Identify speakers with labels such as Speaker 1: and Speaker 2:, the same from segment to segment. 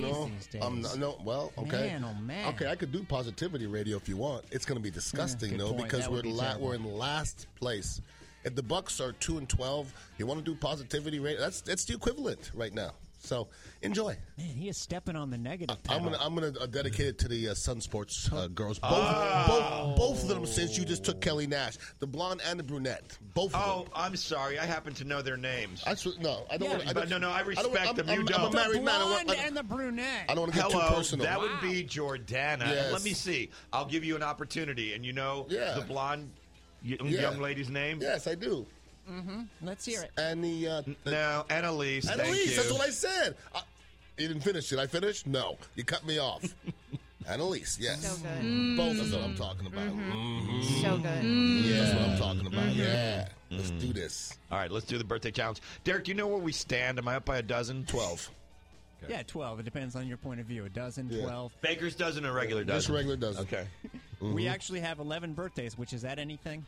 Speaker 1: No, I'm not, Um, no, well, okay,
Speaker 2: Man, oh, man.
Speaker 1: okay. I could do positivity radio if you want. It's going to be disgusting
Speaker 2: good
Speaker 1: though
Speaker 2: point.
Speaker 1: because
Speaker 2: That
Speaker 1: we're
Speaker 2: would be
Speaker 1: la-
Speaker 2: terrible.
Speaker 1: we're in last place. If the Bucks are two and twelve, you want to do positivity radio? That's that's the equivalent right now. So enjoy.
Speaker 2: Man, he is stepping on the negative.
Speaker 1: I'm
Speaker 2: pedal.
Speaker 1: gonna I'm gonna uh, dedicate it to the uh, Sun Sports uh, girls. Both,
Speaker 3: Ah.
Speaker 1: both both of them since you just took Kelly Nash, the blonde and the brunette. Both. Of
Speaker 3: Oh,
Speaker 1: them.
Speaker 3: I'm sorry. I happen to know their names.
Speaker 1: I sw- no, I don't.
Speaker 2: Yeah.
Speaker 1: wanna, I
Speaker 3: But
Speaker 1: don't-
Speaker 3: no, no, I
Speaker 1: don't wanna-
Speaker 3: respect
Speaker 1: I'm-
Speaker 3: them. You
Speaker 1: I'm- I'm
Speaker 3: don't.
Speaker 1: a married man. I
Speaker 2: blonde
Speaker 1: want- I
Speaker 2: and the brunette.
Speaker 1: I don't want to get
Speaker 3: Hello,
Speaker 1: too personal.
Speaker 3: that would be Jordana.
Speaker 1: Yes.
Speaker 3: Let me see. I'll give you an opportunity. And you know
Speaker 1: Yeah.
Speaker 3: the blonde y-
Speaker 1: Yeah.
Speaker 3: young lady's name?
Speaker 1: yes, I do.
Speaker 2: Let's hear it.
Speaker 1: And the uh,
Speaker 3: No, Annalise.
Speaker 1: Annalise,
Speaker 3: thank you.
Speaker 1: that's what I said. I, you didn't finish. Did I finish? No, you cut me off. Annalise, yes. Both is what
Speaker 3: Mm.
Speaker 1: I'm talking about.
Speaker 3: Mm-hmm.
Speaker 4: So good.
Speaker 1: Yeah, that's what I'm talking about. Yeah,
Speaker 3: Mm-hmm.
Speaker 1: let's do this.
Speaker 3: All right, let's do the birthday challenge. Derek, do you know where we stand? Am I up by a dozen?
Speaker 1: Twelve.
Speaker 2: Yeah, 12. It depends on your point of view. A dozen,
Speaker 1: Yeah.
Speaker 2: 12.
Speaker 3: Baker's dozen or regular dozen?
Speaker 1: Just regular dozen.
Speaker 3: Okay.
Speaker 1: Mm-hmm.
Speaker 2: We actually have 11 birthdays, which is that anything?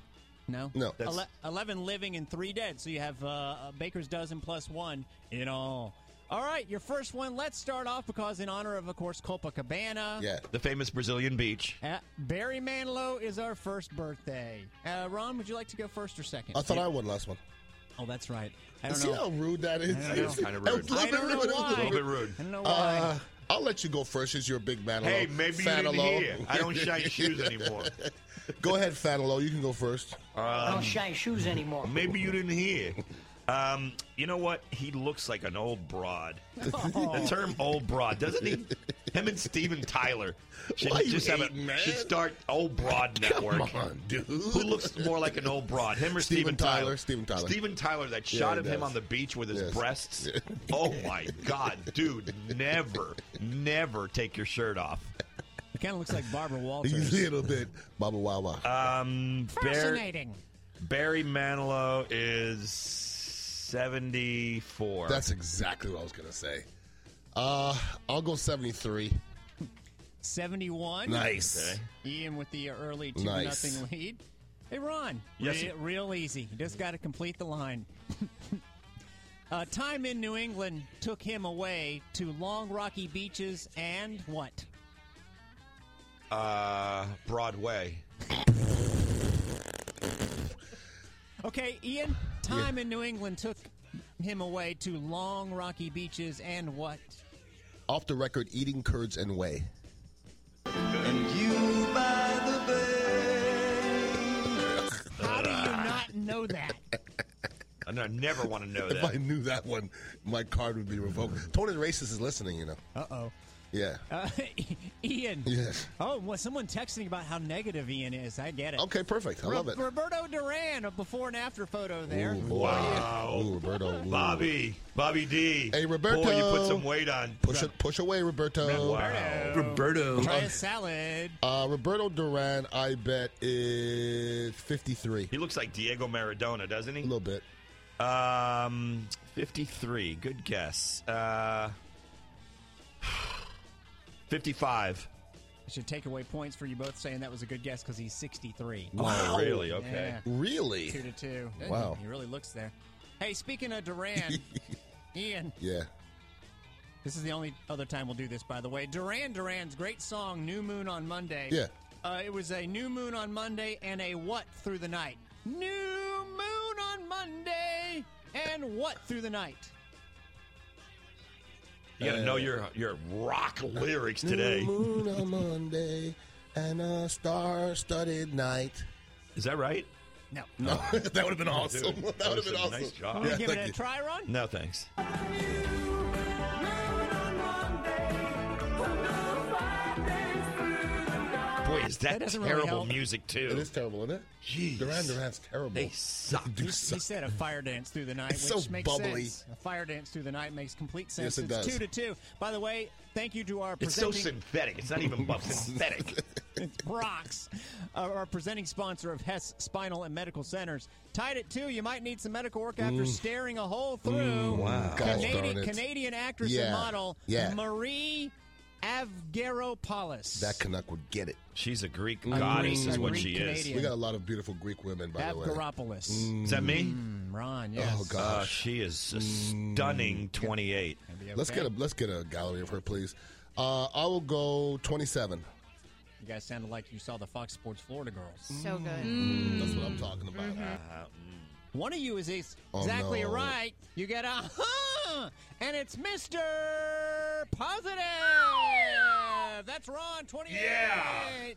Speaker 2: No?
Speaker 1: No. That's-
Speaker 2: Ele- 11 living and three dead. So you have uh, a Baker's dozen plus one in all. All right, your first one. Let's start off because, in honor of, of course, Copacabana.
Speaker 1: Yeah.
Speaker 3: The famous Brazilian beach.
Speaker 2: Uh, Barry Manilow is our first birthday. Uh, Ron, would you like to go first or second?
Speaker 1: I thought I won last one.
Speaker 2: oh, that's right. I don't
Speaker 1: See how
Speaker 2: know.
Speaker 1: rude that is.
Speaker 2: I don't know.
Speaker 3: Kinda
Speaker 1: That was
Speaker 3: rude.
Speaker 1: a little
Speaker 2: I don't
Speaker 1: bit rude. That was a little
Speaker 2: know why.
Speaker 3: A little bit
Speaker 1: rude.
Speaker 3: rude.
Speaker 2: I don't know why.
Speaker 1: Uh, I'll let you go first as you're a big man.
Speaker 3: Hey, maybe you didn't
Speaker 1: Fatalo.
Speaker 3: hear. I don't shine shoes anymore.
Speaker 1: go ahead, Fatalo. You can go first.
Speaker 5: I don't shine shoes anymore.
Speaker 3: Maybe you didn't hear. Um, you know what? He looks like an old broad.
Speaker 1: Oh.
Speaker 3: The term "old broad" doesn't he? Him and Steven Tyler should
Speaker 1: Why you
Speaker 3: just have a
Speaker 1: hating, man?
Speaker 3: should start old broad network.
Speaker 1: Come on, dude.
Speaker 3: Who looks more like an old broad? Him or
Speaker 1: Steven
Speaker 3: Steven,
Speaker 1: Tyler,
Speaker 3: Tyler?
Speaker 1: Steven Tyler.
Speaker 3: Steven Tyler. That
Speaker 1: Yeah,
Speaker 3: shot
Speaker 1: he
Speaker 3: of him
Speaker 1: does.
Speaker 3: on the beach with his
Speaker 1: Yes.
Speaker 3: breasts. Oh my God, dude! Never, never take your shirt off.
Speaker 2: It kind of looks like Barbara
Speaker 1: You
Speaker 2: Walters.
Speaker 1: little bit, Baba Wawa.
Speaker 3: Um, Barry,
Speaker 2: Fascinating.
Speaker 3: Barry Manilow is seventy-four.
Speaker 1: That's exactly what I was gonna say. Uh, I'll go seventy-three.
Speaker 2: 71.
Speaker 1: Nice.
Speaker 2: Ian with the early 2
Speaker 1: Nice.
Speaker 2: nothing lead. Hey, Ron.
Speaker 3: Yes,
Speaker 2: Re-
Speaker 3: sir.
Speaker 2: real easy. You just got to complete the line. uh, time in New England took him away to long, rocky beaches and what?
Speaker 3: Uh, Broadway.
Speaker 2: Okay, Ian. Time in New England took him away to long, rocky beaches and what?
Speaker 1: Off the record, eating curds and whey.
Speaker 2: How do you not know that?
Speaker 3: And I never want to know
Speaker 1: If I
Speaker 3: that.
Speaker 1: knew that one, my card would be revoked. Tony the racist is listening, you know.
Speaker 2: Uh-oh.
Speaker 1: Yeah.
Speaker 2: Uh Ian.
Speaker 1: Yes.
Speaker 2: Oh, well, someone texting about how negative Ian is. I get it.
Speaker 1: Okay, perfect. I love
Speaker 2: Ro-
Speaker 1: it.
Speaker 2: Roberto Duran, a before and after photo there.
Speaker 1: Wow. Ooh, Roberto. Ooh.
Speaker 3: Bobby, Bobby D.
Speaker 1: Hey, Roberto.
Speaker 3: Boy, you put some weight on.
Speaker 1: Push it. Push away, Roberto.
Speaker 3: Wow. Roberto.
Speaker 2: Try a salad.
Speaker 1: Uh, Roberto Duran, I bet is fifty-three.
Speaker 3: He looks like Diego Maradona, doesn't
Speaker 1: A
Speaker 3: he?
Speaker 1: little bit.
Speaker 3: Um, 53. Good guess. Uh, 55.
Speaker 2: I should take away points for you both saying that was a good guess because he's 63.
Speaker 3: Oh, really? Okay.
Speaker 2: Yeah, two
Speaker 1: Really?
Speaker 2: to two.
Speaker 1: Wow.
Speaker 2: He really looks there. Hey, speaking of Duran, Ian,
Speaker 1: Yeah.
Speaker 2: this is the only other time we'll do this, by the way. Duran Duran's great song, New Moon on Monday.
Speaker 1: Yeah.
Speaker 2: Uh, it was a new moon on Monday and a what through the night? New moon on Monday and what through the night?
Speaker 3: You got to
Speaker 1: Uh,
Speaker 3: know your your rock lyrics today.
Speaker 1: New moon on Monday and a star-studded night.
Speaker 3: Is that right?
Speaker 2: No.
Speaker 1: No, that would have been awesome.
Speaker 3: Dude,
Speaker 1: that would have been awesome.
Speaker 3: Nice job.
Speaker 2: Want to give
Speaker 1: thank
Speaker 2: it a
Speaker 1: you.
Speaker 2: try, Ron?
Speaker 3: No, thanks. Boy, Boy, is that,
Speaker 2: doesn't really
Speaker 3: terrible
Speaker 2: help.
Speaker 3: music too.
Speaker 1: It is terrible, isn't it?
Speaker 3: Jeez.
Speaker 1: Duran Duran's terrible.
Speaker 3: They suck.
Speaker 1: do
Speaker 2: He
Speaker 1: suck.
Speaker 2: said a fire dance through the night,
Speaker 1: It's
Speaker 2: which
Speaker 1: so
Speaker 2: makes
Speaker 1: bubbly.
Speaker 2: sense. A fire dance through the night makes complete
Speaker 1: Yes,
Speaker 2: sense.
Speaker 1: it does.
Speaker 2: it's two to two. By the way, thank you to our
Speaker 3: It's so
Speaker 2: presenting
Speaker 3: synthetic. It's not even buff. synthetic.
Speaker 2: It's Brock's, uh, our presenting sponsor of Hess Spinal and Medical Centers. Tied at two, you might need some medical work after staring a hole through
Speaker 1: Mm. wow. Gosh darn
Speaker 2: Canadian,
Speaker 1: it.
Speaker 2: Canadian actress
Speaker 1: Yeah.
Speaker 2: and model
Speaker 1: Yeah.
Speaker 2: Marie Avgeropoulos.
Speaker 1: That Canuck would get it.
Speaker 3: She's a Greek
Speaker 2: Greek-
Speaker 3: goddess,
Speaker 2: a
Speaker 3: is what
Speaker 2: Greek
Speaker 3: she is.
Speaker 2: Canadian.
Speaker 1: We got a lot of beautiful Greek women, by the way.
Speaker 2: Avgeropoulos.
Speaker 3: Is that me?
Speaker 2: Mm, Ron, yes.
Speaker 1: Oh
Speaker 3: Uh,
Speaker 1: gosh.
Speaker 3: she is a
Speaker 2: Mm.
Speaker 3: stunning 28.
Speaker 1: Let's get a let's get a gallery of her, please. Uh, I will go twenty-seven.
Speaker 2: You guys sounded like you saw the Fox Sports Florida girls.
Speaker 4: So good.
Speaker 1: That's what I'm talking about.
Speaker 2: Mm-hmm. One of you is ex-
Speaker 1: Oh,
Speaker 2: exactly
Speaker 1: no.
Speaker 2: right. You get a huh, and it's Mr. Positive. That's Ron, 28.
Speaker 3: Yeah.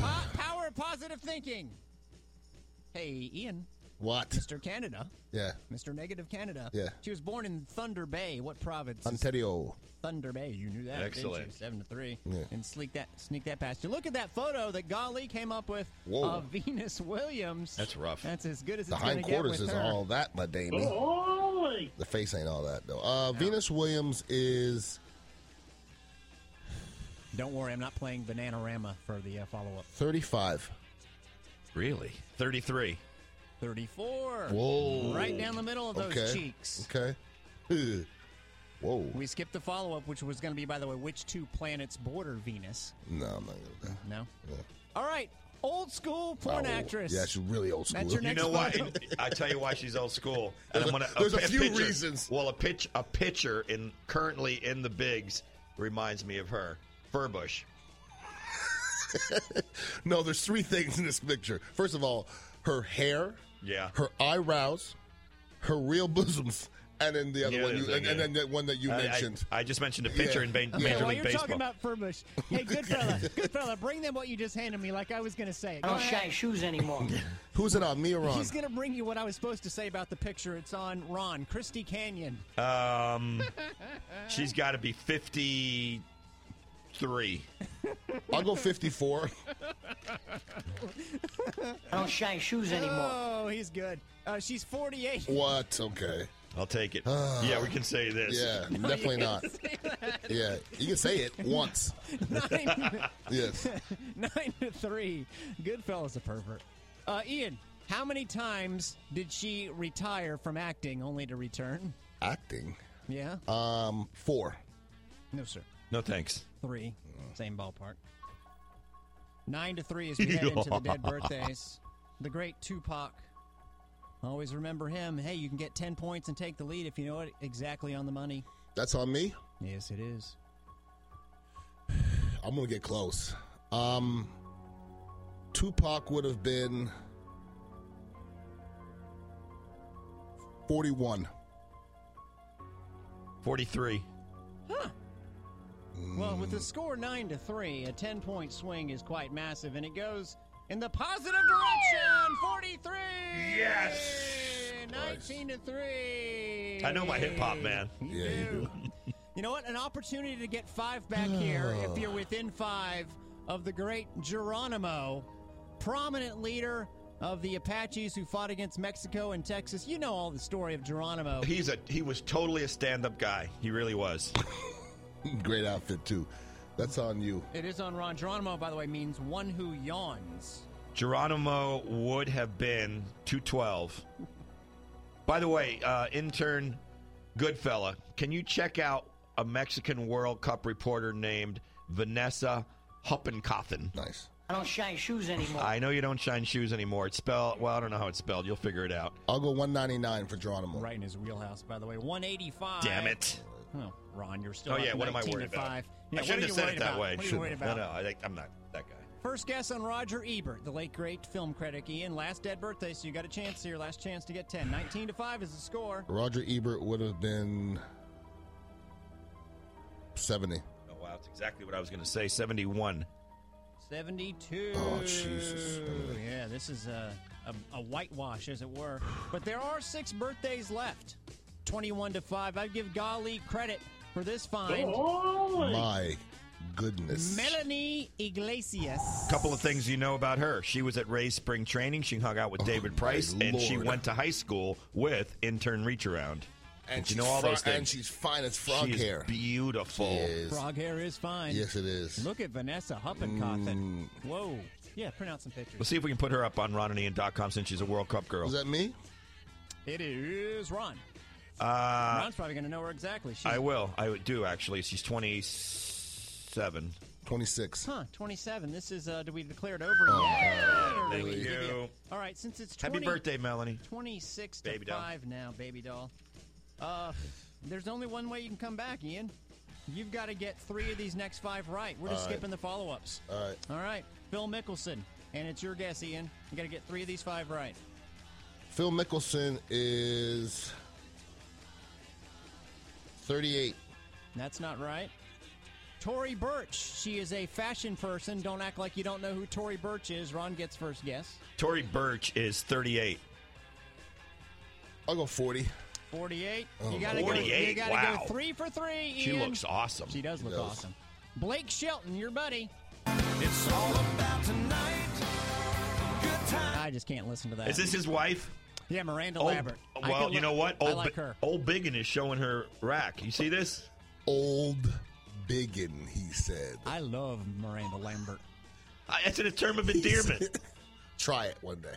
Speaker 2: Po- power of positive thinking. Hey, Ian,
Speaker 1: What?
Speaker 2: Mr. Canada,
Speaker 1: Yeah.
Speaker 2: Mr. Negative Canada.
Speaker 1: Yeah.
Speaker 2: She was born in Thunder Bay. What province? is
Speaker 1: Ontario.
Speaker 2: Thunder Bay. You knew that. didn't you?
Speaker 3: Excellent.
Speaker 2: Seven to three.
Speaker 1: Yeah.
Speaker 2: And sneak that sneak that past you. Look at that photo that Golly came up with
Speaker 1: Whoa.
Speaker 2: of Venus Williams.
Speaker 3: That's rough.
Speaker 2: That's as good as
Speaker 1: The
Speaker 2: it's gonna get
Speaker 1: hindquarters
Speaker 2: with
Speaker 1: is
Speaker 2: her.
Speaker 1: all that, my Damie. The face ain't all that though. Uh, Venus Williams is
Speaker 2: Don't worry, I'm not playing Bananarama for the uh, follow up.
Speaker 1: thirty-five.
Speaker 3: Really? 33.
Speaker 2: 34.
Speaker 1: Whoa.
Speaker 2: Right down the middle of those
Speaker 1: okay.
Speaker 2: cheeks.
Speaker 1: Okay. Ugh. Whoa.
Speaker 2: We skipped the follow up, which was going to be, by the way, which two planets border Venus?
Speaker 1: no, I'm not gonna.
Speaker 2: No.
Speaker 1: Yeah.
Speaker 2: All right. Old school porn
Speaker 1: Oh,
Speaker 2: actress.
Speaker 1: Yeah, she's really old school.
Speaker 2: That's your
Speaker 3: You
Speaker 2: next
Speaker 3: know why?
Speaker 2: photo.
Speaker 3: I tell you why she's old school. And
Speaker 1: There's a-
Speaker 3: I'm gonna,
Speaker 1: there's a few
Speaker 3: picture-
Speaker 1: reasons.
Speaker 3: Well, a pitch, a pitcher in currently in the bigs reminds me of her. Furbush.
Speaker 1: No, there's three things in this picture. First of all, her hair,
Speaker 3: Yeah.
Speaker 1: her eyebrows, her real bosoms, and then the other
Speaker 3: Yeah,
Speaker 1: one, you,
Speaker 3: yeah,
Speaker 1: and,
Speaker 3: yeah.
Speaker 1: and then the one that you
Speaker 3: I- I-
Speaker 1: mentioned.
Speaker 3: I, just mentioned a
Speaker 1: Yeah.
Speaker 3: pitcher in ba-
Speaker 1: Okay,
Speaker 3: Major
Speaker 2: Hey, while
Speaker 3: League
Speaker 2: you're
Speaker 3: Baseball.
Speaker 2: talking about Furbush, hey, good fella, good fella, bring them what you just handed me, like I was going to say. it.
Speaker 1: Oh,
Speaker 5: I
Speaker 2: Go
Speaker 5: don't
Speaker 2: ahead.
Speaker 5: shy shoes anymore.
Speaker 1: Who's it on? Me or Ron?
Speaker 2: He's going to bring you what I was supposed to say about the picture. It's on Ron, Christy Canyon.
Speaker 3: Um, she's got to be 53.
Speaker 1: I'll go 54.
Speaker 5: I don't shy shoes anymore.
Speaker 2: Oh, he's good. Uh, she's 48.
Speaker 1: what? Okay.
Speaker 3: I'll take it. yeah, we can say this.
Speaker 1: Yeah, definitely not. Yeah, you can say it once.
Speaker 2: Nine,
Speaker 1: Yes.
Speaker 2: nine to three. Good fella's a pervert. Uh, Ian, how many times did she retire from acting only to return?
Speaker 1: Acting.
Speaker 2: Yeah?
Speaker 1: Um, four.
Speaker 2: no, sir.
Speaker 3: No thanks.
Speaker 2: Three. Same ballpark. Nine to three as we head into the dead birthdays. The great Tupac. Always remember him. Hey, you can get 10 points and take the lead if you know it exactly on the money.
Speaker 1: That's on me.
Speaker 2: Yes, it is.
Speaker 1: I'm gonna get close. Um, Tupac would have been 41.
Speaker 3: 43.
Speaker 2: Well, with the score 9 to 3, a 10 point swing is quite massive, and it goes in the positive direction 43!
Speaker 3: Yes!
Speaker 2: 19 to 3.
Speaker 3: I know my hip hop, man.
Speaker 2: You
Speaker 1: Yeah, you
Speaker 2: do. You know what? An opportunity to get five back here
Speaker 1: Oh.
Speaker 2: if you're within five of the great Geronimo, prominent leader of the Apaches who fought against Mexico and Texas. You know all the story of Geronimo.
Speaker 3: He's a he was totally a stand up guy. He really was.
Speaker 1: Great outfit too. That's on you.
Speaker 2: It is on Ron. Geronimo, by the way, means one who yawns.
Speaker 3: Geronimo would have been 212. By the way, uh, intern Goodfella, can you check out a Mexican World Cup reporter named Vanessa Huppenkoffen?
Speaker 1: Nice.
Speaker 5: I don't shy shoes anymore.
Speaker 3: I know you don't shine shoes anymore. It's spelled, well, I don't know how it's spelled. You'll figure it out.
Speaker 1: I'll go 199 for Geronimo.
Speaker 2: Right in his wheelhouse, by the way. 185.
Speaker 3: Damn it.
Speaker 2: Well, Ron, you're still
Speaker 3: Oh,
Speaker 2: up
Speaker 3: yeah, what am I
Speaker 2: 19 to
Speaker 3: worried about?
Speaker 2: five. Yeah,
Speaker 3: I
Speaker 2: what
Speaker 3: shouldn't
Speaker 2: are
Speaker 3: have
Speaker 2: you
Speaker 3: said
Speaker 2: worried
Speaker 3: it that
Speaker 2: about?
Speaker 3: way.
Speaker 2: What are you worried about?
Speaker 3: No, no, I think I'm not that guy.
Speaker 2: First guess on Roger Ebert, the late great film critic. Ian, last dead birthday, so you got a chance here. Last chance to get 10. 19 to 5 is the score.
Speaker 1: Roger Ebert would have been 70.
Speaker 3: Oh, wow, that's exactly what I was going to say. 71.
Speaker 2: 72.
Speaker 1: Oh, Jesus.
Speaker 2: Yeah, this is a, a, a whitewash, as it were. But there are six birthdays left 21 to 5. I give Golly credit for this find.
Speaker 1: My goodness.
Speaker 2: Melanie Iglesias.
Speaker 3: Couple of things you know about her. She was at Ray's spring training. She hung out with David Price, and she
Speaker 1: Oh, Lord.
Speaker 3: went to high school with intern Reach Around.
Speaker 1: and
Speaker 3: you
Speaker 1: she's
Speaker 3: know all
Speaker 1: fro-
Speaker 3: those things.
Speaker 1: And she's fine as frog
Speaker 3: she is
Speaker 1: hair.
Speaker 3: beautiful.
Speaker 1: Yes.
Speaker 2: Frog hair is fine.
Speaker 1: Yes, it is.
Speaker 2: Look at Vanessa Huppenkothen. Whoa. Yeah, print out some pictures.
Speaker 3: Mm. Let's see if we can put her up on RonNian.com since she's a World Cup girl.
Speaker 1: Was that me?
Speaker 2: It is Ron.
Speaker 3: uh,
Speaker 2: Ron's probably going to know her exactly. She's,
Speaker 3: I will. I do actually. She's 27.
Speaker 1: 26.
Speaker 2: huh, 27. This is, uh, did we declare it over yet? Or did we
Speaker 3: Thank
Speaker 2: give
Speaker 3: you.
Speaker 2: All right, since it's 20,
Speaker 3: Oh. Happy birthday, Melanie.
Speaker 2: 26 to
Speaker 3: Baby doll.
Speaker 2: 5 now, baby doll. Uh, there's only one way you can come back, Ian. You've got to get three of these next five right. We're just skipping the follow ups.
Speaker 1: All right.
Speaker 2: All right, Phil Mickelson. And it's your guess, Ian. You got to get three of these five right.
Speaker 1: Phil Mickelson is 38.
Speaker 2: That's not right. Tori Burch. She is a fashion person. Don't act like you don't know who Tori Burch is. Ron gets first guess.
Speaker 3: Tori Burch is 38.
Speaker 1: I'll go 40.
Speaker 2: 48. you gotta go.
Speaker 3: 48?
Speaker 2: You gotta
Speaker 3: Oh, Wow.
Speaker 2: go three for three.
Speaker 3: She
Speaker 2: Ian.
Speaker 3: looks awesome.
Speaker 2: She does look
Speaker 1: She does.
Speaker 2: awesome. Blake Shelton, your buddy.
Speaker 4: It's all about tonight. Good time.
Speaker 2: I just can't listen to that.
Speaker 3: Is this his wife?
Speaker 2: yeah, Miranda
Speaker 3: Old-
Speaker 2: Lambert. I
Speaker 3: well,
Speaker 2: could
Speaker 3: you
Speaker 2: look-
Speaker 3: know what? Oh, Old,
Speaker 2: I like
Speaker 3: Bi-
Speaker 2: her.
Speaker 3: Old Biggin is showing her rack. You see this?
Speaker 1: Old Biggin, he said.
Speaker 2: I love Miranda Lambert.
Speaker 3: I, that's a term of endearment.
Speaker 1: Try it one day.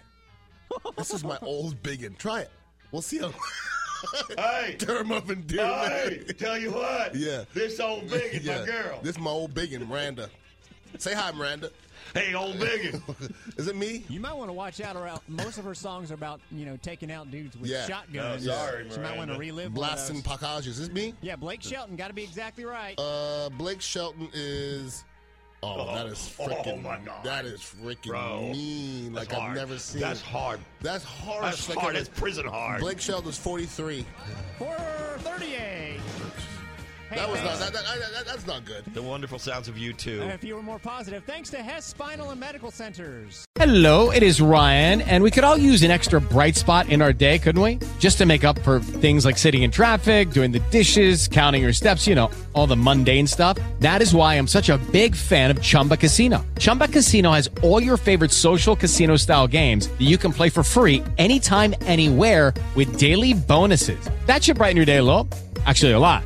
Speaker 1: this is my old Biggin. Try it. We'll see how
Speaker 3: hey,
Speaker 1: term of endearment.
Speaker 3: tell you what.
Speaker 1: Yeah.
Speaker 3: This old Biggin,
Speaker 1: Yeah. This is my old Biggin, Miranda. Say hi, Miranda.
Speaker 3: hey, old Biggin.
Speaker 1: Is it me?
Speaker 2: You might want to watch out around. Most of her songs are about you know taking out dudes with
Speaker 1: Yeah.
Speaker 2: shotguns.
Speaker 3: No, sorry,
Speaker 2: she might want
Speaker 3: Miranda.
Speaker 2: to relive one of
Speaker 1: Blasting
Speaker 2: those.
Speaker 1: Pacage. Is this me?
Speaker 2: Yeah, Blake Shelton got to be exactly right.
Speaker 1: Uh, Blake Shelton is. Oh,
Speaker 3: Oh,
Speaker 1: that is
Speaker 3: oh
Speaker 1: freaking.
Speaker 3: my God.
Speaker 1: That is freaking
Speaker 3: Bro,
Speaker 1: mean.
Speaker 3: that's
Speaker 1: Like I've
Speaker 3: hard.
Speaker 1: never seen.
Speaker 3: That's hard.
Speaker 1: That's harsh.
Speaker 3: That's
Speaker 1: like
Speaker 3: hard.
Speaker 1: I-
Speaker 3: That's prison hard.
Speaker 1: Blake Shelton's 43.
Speaker 2: For 38. Hey,
Speaker 1: that was
Speaker 2: thanks.
Speaker 1: not. That, that, that- that- that's not good.
Speaker 3: The wonderful sounds of you two.
Speaker 2: If you were more positive, thanks to Hess Spinal and Medical Centers.
Speaker 6: Hello, it is Ryan, and we could all use an extra bright spot in our day, couldn't we? Just to make up for things like sitting in traffic, doing the dishes, counting your steps, you know, all the mundane stuff. That is why I'm such a big fan of Chumba Casino. Chumba Casino has all your favorite social casino style games that you can play for free anytime, anywhere with daily bonuses. That should brighten your day a little. Actually, a lot.